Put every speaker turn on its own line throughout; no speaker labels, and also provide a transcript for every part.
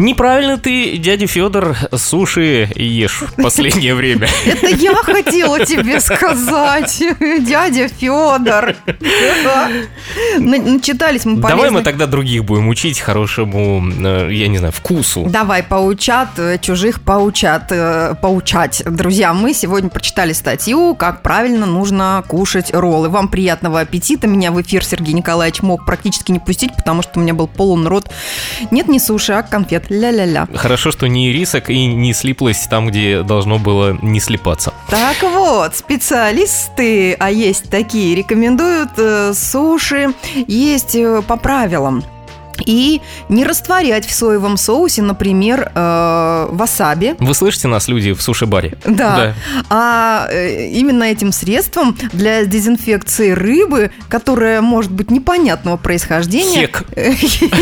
Неправильно ты, дядя Федор, суши ешь в последнее время.
Это я хотела тебе сказать, дядя Федор. Начитались мы
Давай мы
полезных-
тогда других будем учить хорошему, э, я не знаю, вкусу.
Давай, поучат, э, чужих поучат, э, поучать. Друзья, мы сегодня прочитали статью «Как правильно нужно кушать роллы». Вам приятного аппетита. Меня в эфир Сергей Николаевич мог практически не пустить, потому что у меня был полон рот. Нет, не суши, а конфет. Ля-ля-ля.
Хорошо, что не рисок и не слиплось там, где должно было не слипаться.
Так вот, специалисты, а есть такие, рекомендуют э, суши есть э, по правилам. И не растворять в соевом соусе, например, э, васаби.
Вы слышите нас, люди, в суши-баре?
Да. А э, именно этим средством для дезинфекции рыбы, которая может быть непонятного происхождения, э,
Хек.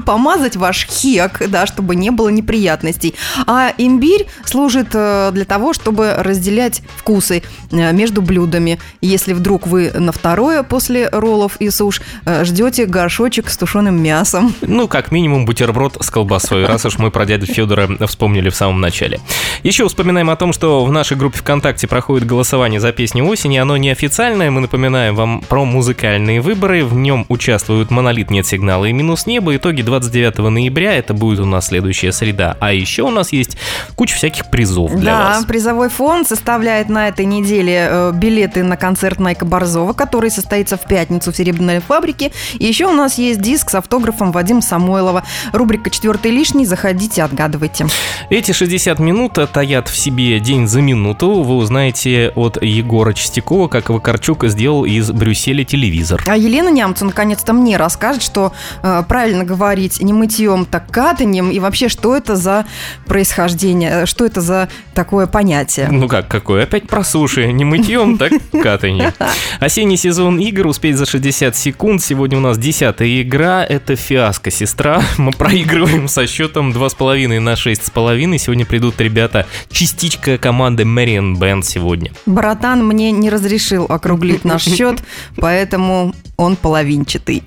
помазать ваш хек, да, чтобы не было неприятностей. А имбирь служит э, для того, чтобы разделять вкусы э, между блюдами. Если вдруг вы на второе после роллов и суш э, ждете горшочек с тушеным мясом.
Ну, как минимум, бутерброд с колбасой, раз уж мы про дядю Федора вспомнили в самом начале. Еще вспоминаем о том, что в нашей группе ВКонтакте проходит голосование за песню осени. Оно неофициальное, мы напоминаем вам про музыкальные выборы. В нем участвуют «Монолит», «Нет сигнала» и «Минус небо». Итоги 29 ноября, это будет у нас следующая среда. А еще у нас есть куча всяких призов для
да,
вас.
призовой фонд составляет на этой неделе э, билеты на концерт Найка Борзова, который состоится в пятницу в Серебряной фабрике. И еще у нас есть диск с автографом Вадима Самойлова. Рубрика «Четвертый лишний». Заходите, отгадывайте.
Эти 60 минут таят в себе день за минуту. Вы узнаете от Егора Чистякова, как Вакарчук сделал из Брюсселя телевизор.
А Елена Нямцу наконец-то мне расскажет, что э, правильно говорить не мытьем, так катанием. И вообще, что это за происхождение, э, что это за такое понятие.
Ну как, какой? Опять про суши. Не мытьем, так катанье. Осенний сезон игр успеть за 60 секунд. Сегодня у нас десятая игра. Это фиаско, сестра. Мы проигрываем со счетом 2,5 на 6,5. Сегодня придут ребята, частичка команды Мэриан Бенд сегодня.
Братан мне не разрешил округлить наш счет, поэтому он половинчатый.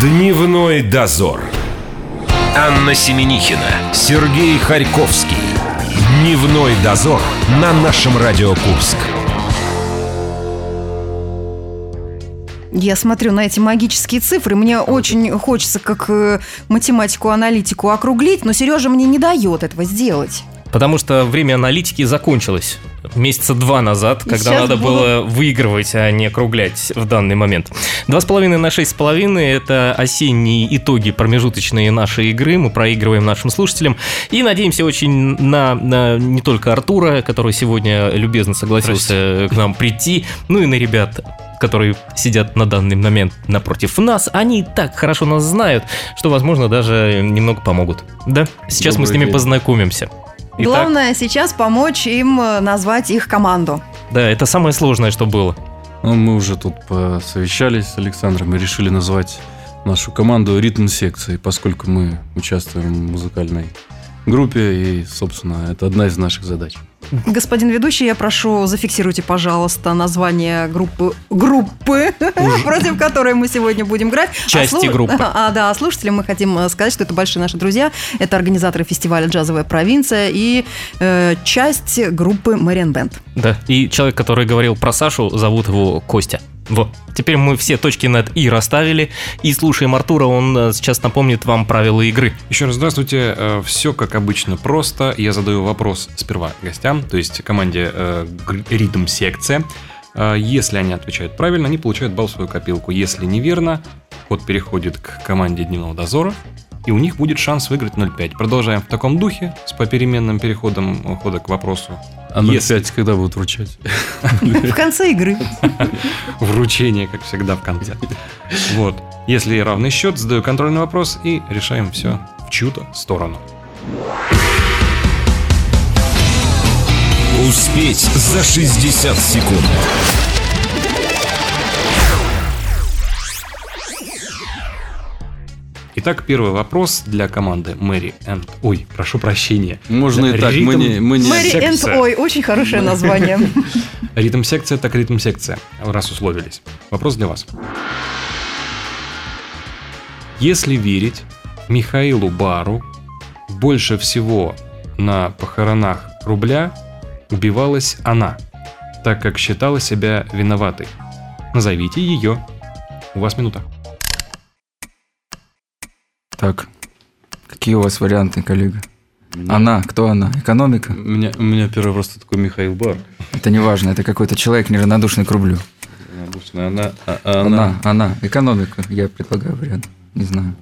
Дневной дозор. Анна Семенихина, Сергей Харьковский. Дневной дозор на нашем Радио Курск.
Я смотрю на эти магические цифры, мне очень хочется как э, математику-аналитику округлить, но Сережа мне не дает этого сделать.
Потому что время аналитики закончилось. Месяца два назад,
И
когда
сейчас
надо
будут-
было выигрывать, а не округлять в данный момент. Два с половиной на шесть с половиной – это осенние итоги промежуточные нашей игры. Мы проигрываем нашим слушателям. И надеемся очень на, на не только Артура, который сегодня любезно согласился к нам прийти, ну и на ребят которые сидят на данный момент напротив нас, они и так хорошо нас знают, что, возможно, даже немного помогут. Да? Сейчас мы с
Добрый
ними
день.
познакомимся. Итак,
Главное сейчас помочь им э, назвать их команду.
да, это самое сложное, что было.
Ну, мы уже тут посовещались с Александром и решили назвать нашу команду ритм секцией, поскольку мы участвуем в музыкальной группе, и, собственно, это одна из наших задач.
Господин ведущий, я прошу, зафиксируйте, пожалуйста, название группы, группы против которой мы сегодня будем играть. А
Части
слу-
группы.
А, да, а слушателям мы хотим э, сказать, что это большие наши друзья, это организаторы фестиваля «Джазовая провинция» и э, часть группы «Мэриан Бенд».
Да. И человек, который говорил про Сашу, зовут его Костя. Вот. Теперь мы все точки над «и» расставили. И слушаем Артура, он э, сейчас напомнит вам правила игры.
Еще раз здравствуйте. Все как обычно просто. Я задаю вопрос сперва гостям, то есть команде э, гр- ритм секция. Э, Если они отвечают правильно, они получают балл в свою копилку. Если неверно, код переходит к команде дневного дозора, и у них будет шанс выиграть 0,5. Продолжаем в таком духе, с попеременным переходом э, хода к вопросу
А 05
Если-
когда будут вручать?
В конце игры.
вручения, как всегда, в конце. Вот. Если равный счет, задаю контрольный вопрос и решаем все в чью-то сторону.
Успеть за 60 секунд.
И Итак, первый вопрос для команды Мэри энд... Ой, прошу прощения.
Можно и так, мы
Ритм-
не... Мы не...
Мэри энд
секса.
Ой, очень хорошее название.
Ритм-секция так ритм-секция, раз условились. Вопрос для вас. Если верить Михаилу Бару, больше всего на похоронах рубля убивалась она, так как считала себя виноватой. Назовите ее. У вас минута.
Так. Какие у вас варианты, коллега? Она, кто она?
У
Экономика?
меня, у меня первый вопрос такой Михаил Бар.
Это не важно, это какой-то человек неравнодушный к рублю.
Она, она, а-
Она, она, экономика, я предлагаю вариант. Не знаю.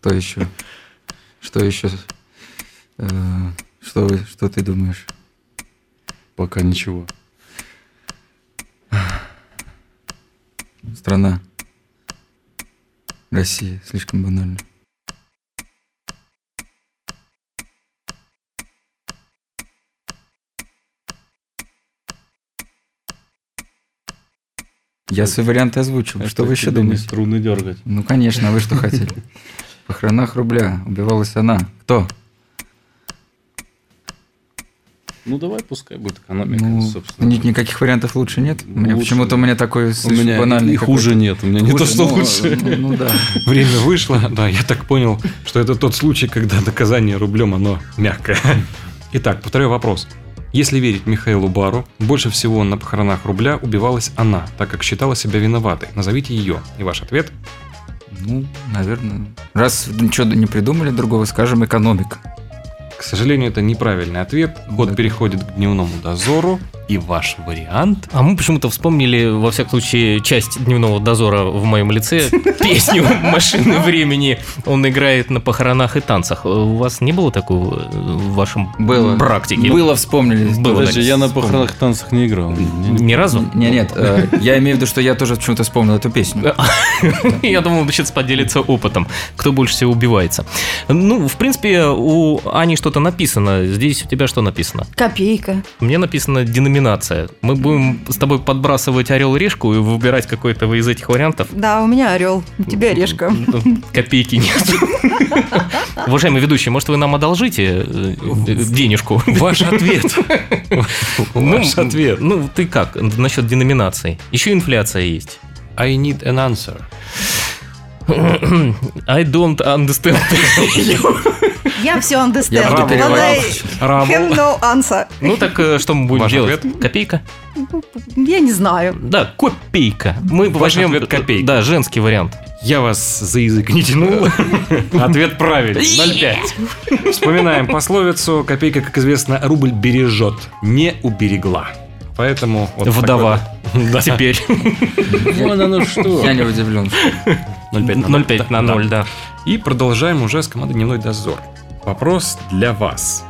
Кто еще? Что еще? Э, Что, вы- что ты думаешь?
Пока ничего.
Страна. Россия. Слишком банально. Я свой вариант озвучил. что вы еще думаете?
Трудно дергать.
Ну, конечно, а вы что хотели? В похоронах рубля убивалась она. Кто?
Ну давай, пускай будет экономика,
Ну,
собственно.
ни- никаких вариантов лучше нет? У меня
Лучше
почему-то у меня такой
У
слишком
меня
банальный
и хуже нет. У меня не
какой-то.
то, что
ну,
лучше.
Ну, ну да.
Время вышло. Да, я так понял, что это тот случай, когда наказание рублем, оно мягкое. Итак, повторяю вопрос. Если верить Михаилу Бару, больше всего на похоронах рубля убивалась она, так как считала себя виноватой. Назовите ее. И ваш ответ?
Ну, наверное. Раз ничего не придумали другого, скажем, экономика.
К сожалению, это неправильный ответ. Год
Да.
переходит к дневному дозору. И ваш вариант?
А мы почему-то вспомнили, во всяком случае, часть дневного дозора в моем лице, песню «Машины времени». Он играет на похоронах и танцах. У вас не было такого э, в вашем
Было.
практике?
Было, вспомнили.
Было.
Подожди, я на
Вспомнил.
похоронах и танцах не играл. Не-
Ни разу?
Не, нет, э, я имею в виду, что я тоже почему-то вспомнил эту песню.
Я думал, он сейчас поделится опытом, кто больше всего убивается. Ну, в принципе, у Ани что-то написано. Здесь у тебя что написано?
Копейка.
Мне написано деноминация. Мы будем с тобой подбрасывать орел и решку и выбирать какой-то из этих вариантов.
Да, у меня орел, у тебя решка.
Копейки нет. Уважаемый ведущий, может, вы нам одолжите э, э, денежку?
Ваш ответ. Ваш
Ну,
ответ.
Ну, ты как насчет деноминации? Еще инфляция есть.
I need an answer.
I don't understand.
Я все
Я
understand.
буду
What I have no answer.
Ну так э, что мы будем
Ваш
делать?
ответ?
Копейка?
Я не знаю.
Да, копейка. Мы
Ваш
возьмем
ответ копейка.
Да, женский вариант.
Я вас за язык не тянул. Ответ правильный. 0,5. Вспоминаем пословицу. Копейка, как известно, рубль бережет, не уберегла. Поэтому... вот
Вдова.
такой
Теперь
Вон оно что.
Я не удивлен.
вот. 0,5 на
0,5 на 0, да.
И продолжаем уже с командой «Дневной дозор». Вопрос для вас.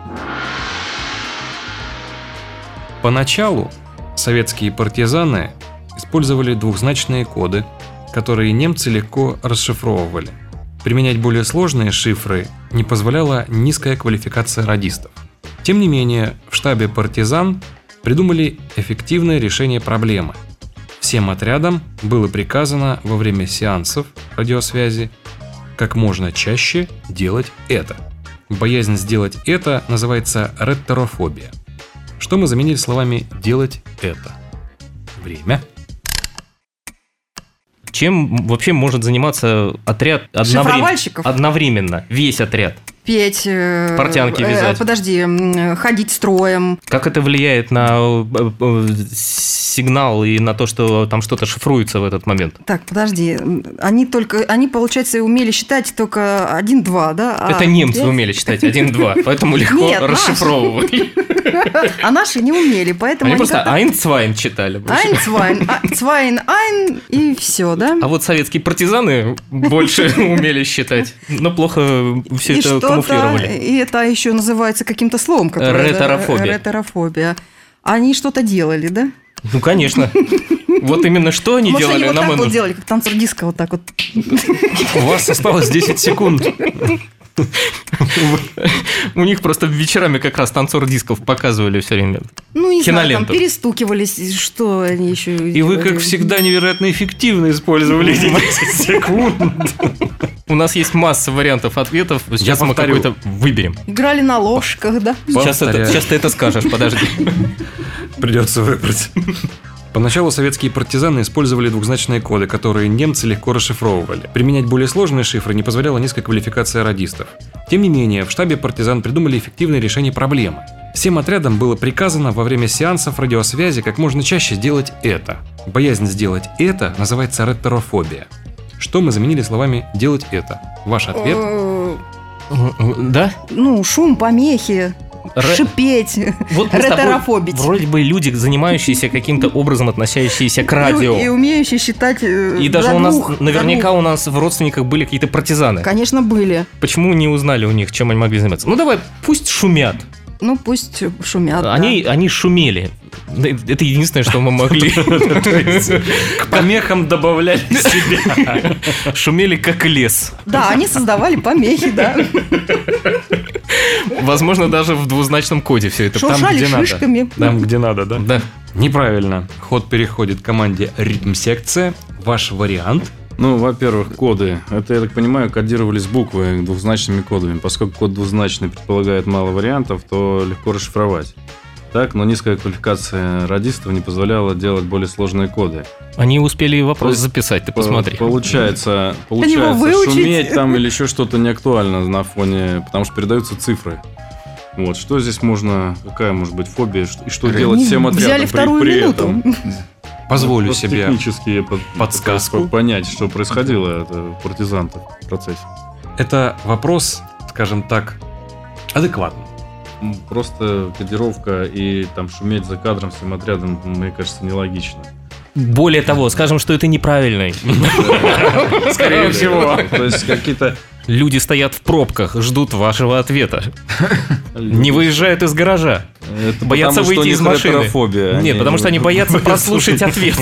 Поначалу советские партизаны использовали двухзначные коды, которые немцы легко расшифровывали. Применять более сложные шифры не позволяла низкая квалификация радистов. Тем не менее, в штабе партизан придумали эффективное решение проблемы. Всем отрядам было приказано во время сеансов радиосвязи как можно чаще делать это. Боязнь сделать это называется реттерофобия. Что мы заменили словами «делать это». Время.
Чем вообще может заниматься отряд одновременно?
Шифровальщиков.
Одновременно, весь отряд.
Петь. э,
Портянки
э,
вязать.
Подожди, м, ходить строем.
Как это влияет на э, э, сигнал и на то, что там что-то шифруется в этот момент?
Так, подожди. м, Они только, они, получается, умели считать только один-два, да? А-
это немцы умели читать 1-2, поэтому легко
Нет, наши.
расшифровывали.
А наши не умели, поэтому
Они
они
просто
как-то-
Айнцвайн читали. больше.
Айн, цвайн, а- цвайн, айн, и все, да?
А вот советские партизаны больше умели считать, но плохо все
и
это
что-то-
камуфлировали.
И это еще называется каким-то словом. которое-
Ретерофобия.
Ретерофобия. Они что-то делали, да?
Ну, конечно. Вот именно что они
Может, они
делали,
вот
нам
так
и
вот
нужно.
делали, как танцор диска вот так вот.
У вас осталось 10 секунд.
У них просто вечерами как раз танцор дисков показывали все время.
Ну, не знаю, там
Киноленту.
перестукивались, и что они еще...
И вы, как всегда, невероятно эффективно использовали эти 10 секунд.
У нас есть масса вариантов ответов. Сейчас мы
повторю.
какой-то выберем.
Играли на ложках, да?
Сейчас, это-
Повторяю.
сейчас ты это скажешь, подожди.
Придется выбрать. Поначалу советские партизаны использовали двухзначные коды, которые немцы легко расшифровывали. Применять более сложные шифры не позволяла низкая квалификация радистов. Тем не менее, в штабе партизан придумали эффективное решение проблемы. Всем отрядам было приказано во время сеансов радиосвязи как можно чаще делать это. Боязнь сделать это называется ретрофобия. Что мы заменили словами «делать это»? Ваш ответ?
Э,
Да?
Ну, шум, помехи,
Ре-
шипеть.
Вот мы с тобой
Ретерофобить.
Вроде бы люди, занимающиеся каким-то образом, относящиеся к
И
радио.
умеющие считать э,
И даже
до
у нас,
двух, до
наверняка
двух.
у нас в родственниках были какие-то партизаны.
Конечно, были.
Почему не узнали у них, чем они могли заниматься? Ну давай, пусть шумят.
Ну, пусть
А,
шумят. да.
Они, они шумели. Да, Это единственное, что мы могли.
К помехам добавляли
Шумели как лес.
Да, они создавали помехи, да.
Возможно, даже в двузначном коде все это.
там,
Шуршали
где надо.
шишками.
там, где надо, да?
Да.
Неправильно. Ход переходит к команде «Ритм-секция». Ваш вариант?
Ну, во-первых, коды. Это, я так понимаю, кодировались буквы двухзначными кодами. Поскольку код двузначный предполагает мало вариантов, то легко расшифровать. Так, но низкая квалификация радистов не позволяла делать более сложные коды.
Они успели вопрос
есть,
записать, ты
По-
посмотри.
Получается,
его
получается
выучить.
шуметь там или еще что-то не актуально на фоне, потому что передаются цифры. Вот, что здесь можно, какая может быть фобия, что- и что делать всем отрядам
Взяли
при-
вторую
при
минуту.
этом?
Позволю
Просто
себе.
технически я под-
подсказку.
по- понять, что происходило это у партизантов в процессе.
Это вопрос, скажем так, адекватный.
М, Просто кодировка и там шуметь за кадром всем отрядом, м, мне кажется, нелогично.
Более того, скажем, что это неправильно.
Скорее всего.
То есть какие-то...
Люди стоят в пробках, ждут вашего ответа. Не выезжают из гаража.
э, Это
боятся
потому, что
выйти
у них
из машины.
ретрофобия,
Нет, потому что они боятся прослушать ответ.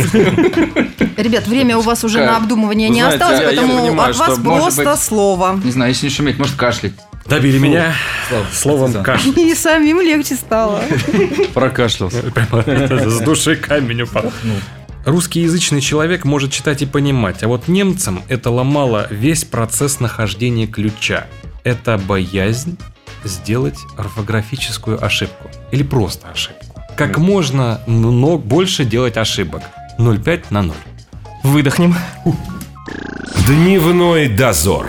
Ребят, время у вас уже
Как?
на обдумывание
Вы
не
знаете,
осталось,
я- я
поэтому
понимаю,
от вас
что, может
просто
быть,
слово.
Не знаю, если не шуметь, может кашлять.
Добили меня
Слава,
словом
партизан.
кашель.
И самим легче стало.
Прокашлялся.
С души камень упал. Русскоязычный человек может читать и понимать, а вот немцам это ломало весь процесс нахождения ключа. Это боязнь сделать орфографическую ошибку. Или просто ошибку. Как можно много больше делать ошибок. 0,5 на 0.
Выдохнем.
Дневной дозор.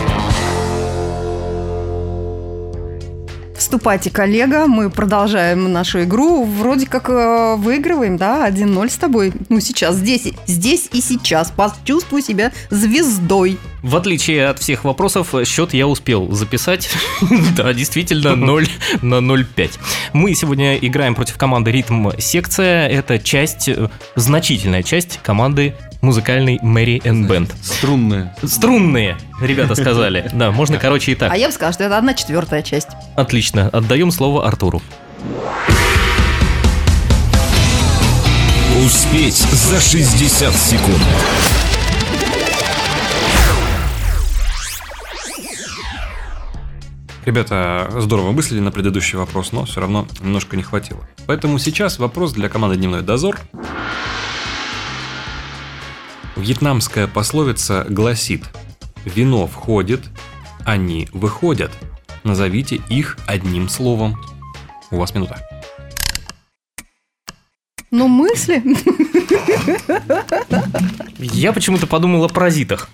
Вступайте, коллега, мы продолжаем нашу игру. Вроде как э, выигрываем, да, 1-0 с тобой. Ну, сейчас, здесь, и- здесь и сейчас. Почувствуй себя звездой.
В отличие от всех вопросов, счет я успел записать. Да, действительно, 0 на 0,5. Мы сегодня играем против команды «Ритм Секция». Это часть, э, значительная часть команды музыкальной Мэри Энн Бенд.
Струнные.
Струнные, ребята сказали. Да, можно, короче, и
А
так.
я бы сказала, что это одна четвертая часть.
Отлично, отдаем слово Артуру.
Успеть за 60 секунд.
Ребята здорово мыслили на предыдущий вопрос, но все равно немножко не хватило. Поэтому сейчас вопрос для команды «Дневной дозор». Вьетнамская пословица гласит «Вино входит, они выходят». Назовите их одним словом. У вас минута.
Ну, мысли.
Я почему-то подумал о паразитах.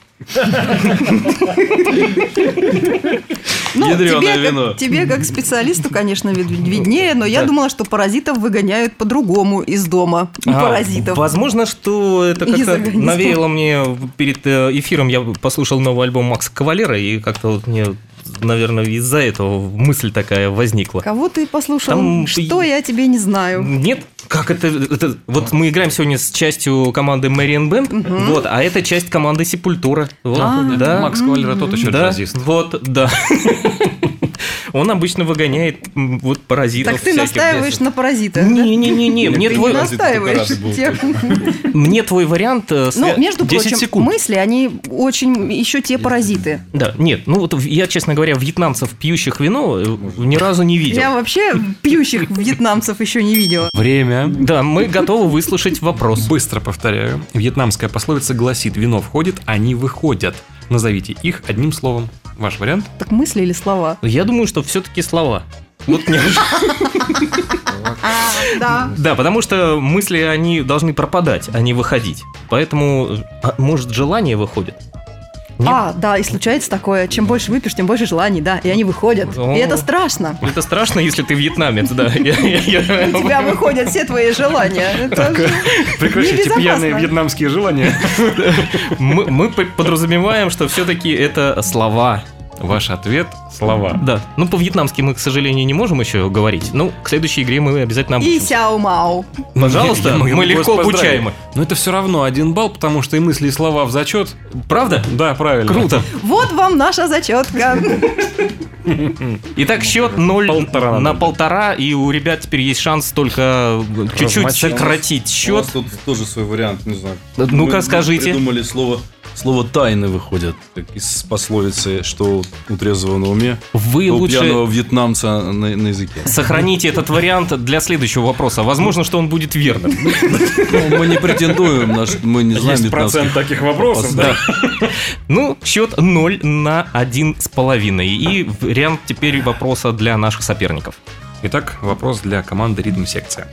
Ну,
Ядрёное
тебе,
вино.
Как, тебе, как специалисту, конечно, вид- виднее, но я думала, что паразитов выгоняют по-другому из дома. Паразитов.
А, возможно, что это
Из
как-то
организма.
навеяло мне перед э, эфиром. Я послушал новый альбом Макса Кавалера, и как-то вот мне, наверное, из-за этого мысль такая возникла.
Кого ты послушал?
Там-
Что я тебе не знаю?
Нет? Как это, это- Вот мы играем сегодня с частью команды Мэриэн Бенд, вот, а это часть команды
А,
Сепультура. Вот, да.
Макс Кавалера тот еще
да,
джазист.
Вот, да. он обычно выгоняет м, вот паразитов.
Так ты
всяких
настаиваешь
лесных.
на паразита.
Не-не-не-не, мне
Ты
твой,
не настаиваешь. Те-
мне твой вариант... э,
Ну,
свя-
между
10
прочим,
секунд.
мысли, они очень еще те паразиты.
Да, нет, ну вот я, честно говоря, вьетнамцев, пьющих вино, э, ни разу не видел.
Я вообще пьющих вьетнамцев еще не видела.
Время.
Да, мы готовы выслушать вопрос.
Быстро повторяю. Вьетнамская пословица гласит, вино входит, они выходят. Назовите их одним словом. Ваш вариант?
Так мысли или слова?
Я думаю, что все-таки слова. Вот не-
Да.
Да, потому что мысли, они должны пропадать, а не выходить. Поэтому, э, а, может, желание выходит? Нет.
А, да, и случается такое. Чем больше выпьешь, тем больше желаний, да. И они выходят.
О.
И это страшно.
Это страшно, если ты вьетнамец, да. Я- я- я-
У тебя выходят все твои желания. Это же
Прекращайте
Небезопасно.
пьяные вьетнамские желания.
Мы мы по- подразумеваем, что все-таки это слова.
Ваш ответ – слова.
Да. Ну, по-вьетнамски мы, к сожалению, не можем еще говорить. Ну, к следующей игре мы обязательно
И
обучимся.
сяо-мау.
Пожалуйста,
Я- я
мы
могу вас
легко
поздравить.
обучаемы.
Но это все равно один балл, потому что и мысли, и слова в зачет.
Правда?
Да, правильно.
Круто.
Вот вам наша зачетка.
Итак, счет 0
Полтора
на
надо.
Ну, полтора, и у ребят теперь есть шанс только чуть-чуть
Размочить.
сократить
У вас
счет.
тут тоже свой вариант, не знаю.
Ну-ка,
Мы
скажите.
Придумали слово, слово «тайны» выходит как из пословицы, что у трезвого на уме, а
Вы
у пьяного
лучше
вьетнамца на, на языке.
сохраните этот вариант для следующего вопроса. Возможно, что он будет верным.
Ну, мы не претендуем, наш- мы не знаем
Есть процент
вьетнамских.
таких вопросов, да?
Ну, счет 0 на 1,5. И вариант теперь вопроса для наших соперников.
Итак, вопрос для команды «Ритм секция».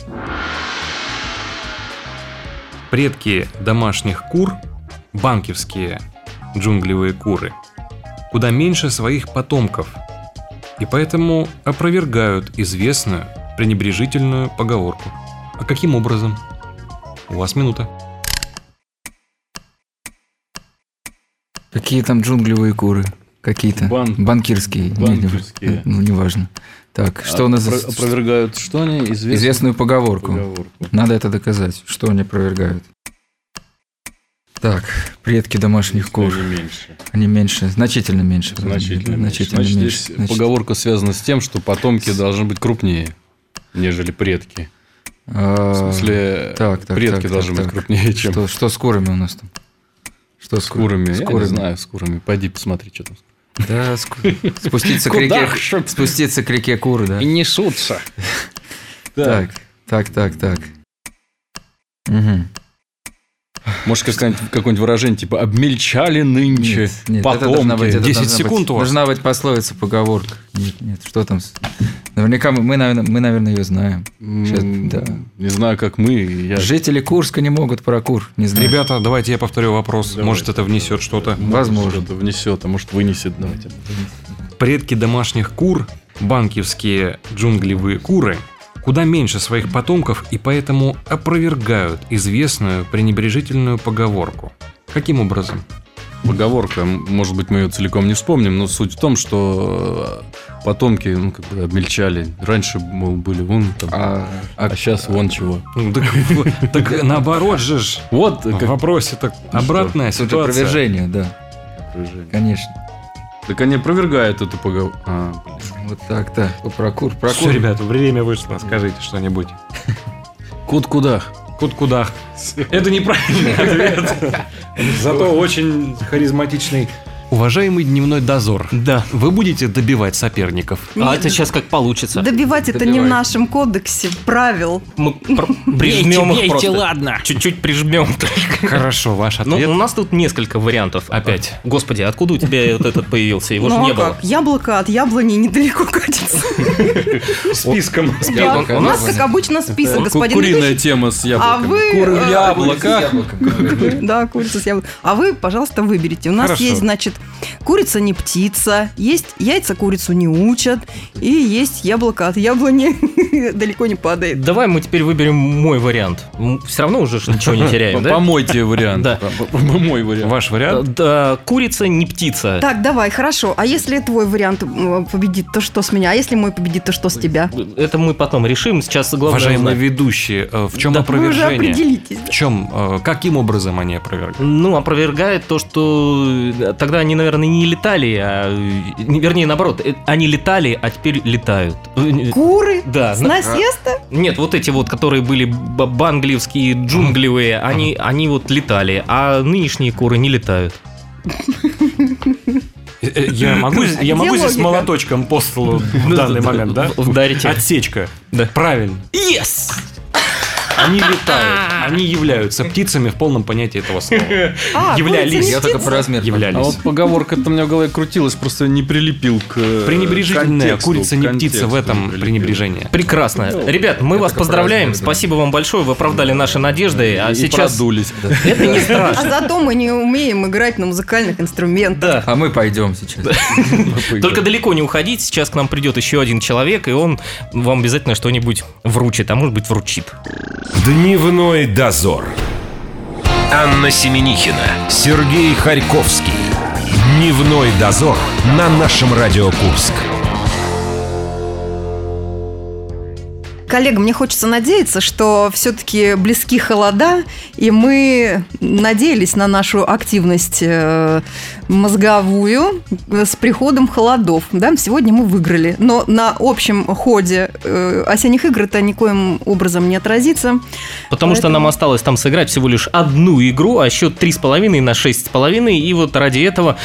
Предки домашних кур, банковские джунглевые куры, куда меньше своих потомков, и поэтому опровергают известную пренебрежительную поговорку. А каким образом? У вас минута.
Какие там джунглевые куры? Какие-то.
Бан-
Банкирские. Не, не-
Банкирские. А,
Ну, неважно. Так, что у нас...
Опро- Опровергают что они? Известную,
Известную поговорку.
поговорку.
Надо это доказать. Что они опровергают? Так, предки домашних кур.
Или меньше.
Они меньше, значительно меньше.
Значительно, меньше.
Значительно
Значит,
меньше.
здесь
Значит,
поговорка связана с тем, что потомки должны быть крупнее, нежели предки.
а,
В смысле,
так, так,
предки
так,
должны
так,
быть
так.
крупнее, чем
Что, что с курами у нас там? Что
с курами.
С
Я не
курами.
знаю, с курами. Пойди посмотри, что там.
Да, с ку- спуститься к реке. Спуститься к реке куры, да.
несутся.
Так, так, так, так. Мгм.
Может, какое-нибудь, какое-нибудь выражение, типа, обмельчали нынче
Нет, нет, это должна быть,
потомки.
это
10
должна быть-
секунд у вас.
Должна быть пословица, поговорка. Нет, нет, что там? с- Наверняка мы, мы, наверно- мы, наверное, ее знаем. Сейчас,
М,
да.
Не знаю, как мы. Я...
Жители Курска не могут про кур, не знаю.
Ребята, давайте я повторю вопрос.
Давайте.
Может, это внесет что-то.
возможно.
Это внесет, а может, вынесет. Давайте.
Предки домашних кур, банкивские джунглевые куры, куда меньше своих потомков и поэтому опровергают известную пренебрежительную поговорку. Каким образом?
Поговорка, м, может быть, мы ее целиком не вспомним, но суть в том, что э, потомки ну, как бы обмельчали. Раньше, мол, были вон там, а,
А,
сейчас вон чего.
Ну, так, так наоборот же ж.
Вот
В
как
вопросе так обратная
тут же
ситуация.
опровержение, да, конечно.
Так они опровергают эту поговорку.
Вот так, да. Про кур, про
Все,
кур.
ребята, время вышло. Скажите что-нибудь.
Кут кудах.
Кут кудах. Это неправильный ответ. Зато очень харизматичный. Уважаемый дневной дозор.
Да.
Вы будете добивать соперников.
А это сейчас как получится.
Добивать это не в
Добивай.
нашем кодексе правил.
Мы пр- прижмем их просто.
ладно.
Чуть-чуть прижмем.
Хорошо, ваш
Ну,
ответ.
у нас тут несколько вариантов.
Опять.
Господи, откуда у тебя вот этот появился? Его же
Ну,
не
а
было.
как? Яблоко от яблони недалеко катится.
Списком.
Да,
Яблоко
У
от
нас,
яблони.
как обычно, список,
Ку-
господин
ну
Куриная
Ведущий.
тема с
А
яблоками.
вы...
Куры в
э,
яблоках.
Да, курица с яблоком. А вы, пожалуйста, выберите. У нас
Хорошо.
есть, значит, курица не птица, есть яйца курицу не учат, и есть яблоко от яблони
далеко не падает.
Давай мы теперь выберем мой вариант. Все равно уже ж ничего не теряем, да?
Помойте вариант.
Да.
Мой вариант.
Ваш вариант?
Да, курица не птица.
Так, давай, хорошо. А если твой вариант м, победит, то что с меня? А если мой победит, то что с тебя?
Это мы потом решим. Сейчас главное
Уважаемые
узнать.
ведущие, э, в чем
Да
Вы уже
опровержение?
определитесь.
В чем, э, каким образом они опровергли?
Ну, опровергает то, что э, тогда они, наверное, не летали, а... э, не- Вернее, наоборот, э, они летали, а теперь летают. Э, э,
Куры
Да,
с
зна-
насеста?
нет, вот эти вот, которые были б- бангливские, джунглевые, они, они вот летали, а нынешние куры не летают.
Э, э, Я могу, я могу здесь
логика?
молоточком по столу в данный момент, да?
В- Вдарите.
Отсечка.
Да.
Правильно.
Yes!
Они летают. Они являются птицами в полном понятии этого слова.
А,
Являлись.
курица не
Я только по
птица?
размеру.
Являлись.
А вот поговорка-то у меня в голове крутилась, просто не прилепил к э,
Пренебрежительная
контексту,
курица не
к контексту
птица в
Ну,
этом
прилепил.
пренебрежении.
Прекрасно. Ребят, мы вас
как раз
поздравляем.
наверное.
Спасибо вам большое, вы оправдали наши надежды. А
И
сейчас...
продулись.
Это не
А
страшно.
зато мы не умеем играть на музыкальных
Да.
инструментах.
А мы пойдем сейчас.
Только далеко не уходить, сейчас к нам придет еще один человек, и он вам обязательно что-нибудь вручит, а может быть вручит.
Дневной дозор. Анна Семенихина, Сергей Харьковский. Дневной дозор на нашем Радио Курск.
Коллега, мне хочется надеяться, что все-таки близки холода, и мы надеялись на нашу активность э, мозговую э, с приходом холодов. Да? Сегодня мы выиграли, но на общем ходе э, осенних игр это никоим образом не отразится.
Потому что нам осталось там сыграть всего лишь одну игру, а счет 3,5 на 6,5, и вот ради этого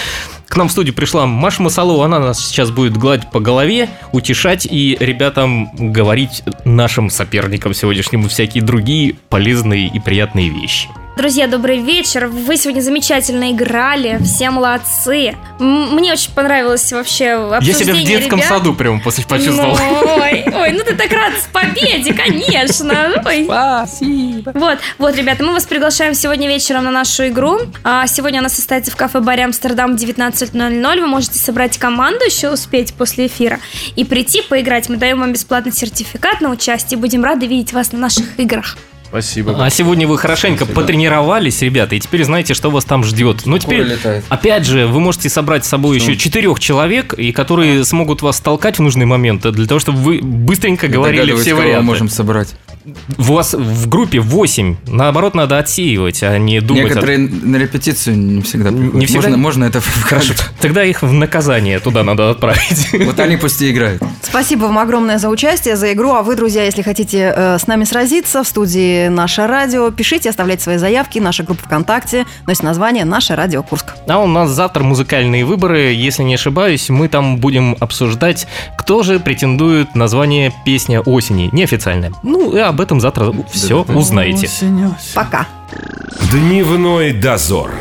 к нам в студию пришла Маша Масалова, она нас сейчас будет гладить по голове, утешать и ребятам говорить нашим соперникам сегодняшним всякие другие полезные и приятные вещи.
Друзья, добрый вечер. Вы сегодня замечательно играли. Все молодцы. М, Мне очень понравилось вообще
Я
обсуждение
себя в детском
ребят.
саду прямо после почувствовал.
Ну, Ой, ой, ну ты так рад с победе, конечно. Ой. Вот, вот, ребята, мы вас приглашаем сегодня вечером на нашу игру. А, сегодня она состоится в кафе-баре Амстердам в 19.00. Вы можете собрать команду, еще успеть после эфира, и прийти поиграть. Мы даем вам бесплатный сертификат на участие. Будем рады видеть вас на наших играх.
Ну
Спасибо.
А сегодня вы хорошенько потренировались, ребята, и теперь знаете, что вас там ждет. Но
Кура
теперь,
летает.
опять же, вы можете собрать с собой еще четырех человек, и которые смогут вас толкать в нужный момент, для того, чтобы вы быстренько говорили
Догадываюсь,
все
кого
варианты.
можем собрать.
У вас в группе 8. Наоборот, надо отсеивать, а не думать. о-
Некоторые на репетицию не всегда
Не
приходят.
всегда?
Можно, можно это
Хорошо.
вкажут.
Тогда их в наказание туда надо отправить.
Вот они пусть и играют.
Спасибо вам огромное за участие, за игру. А вы, друзья, если хотите э, с нами сразиться в студии «Наше радио», пишите, оставляйте свои заявки. Наша группа ВКонтакте носит название «Наше радио Курск».
А у нас завтра музыкальные выборы, если не ошибаюсь, мы там будем обсуждать, кто же претендует на звание «Песня осени», неофициальная. Ну, и об этом завтра все узнаете.
Пока.
Дневной дозор.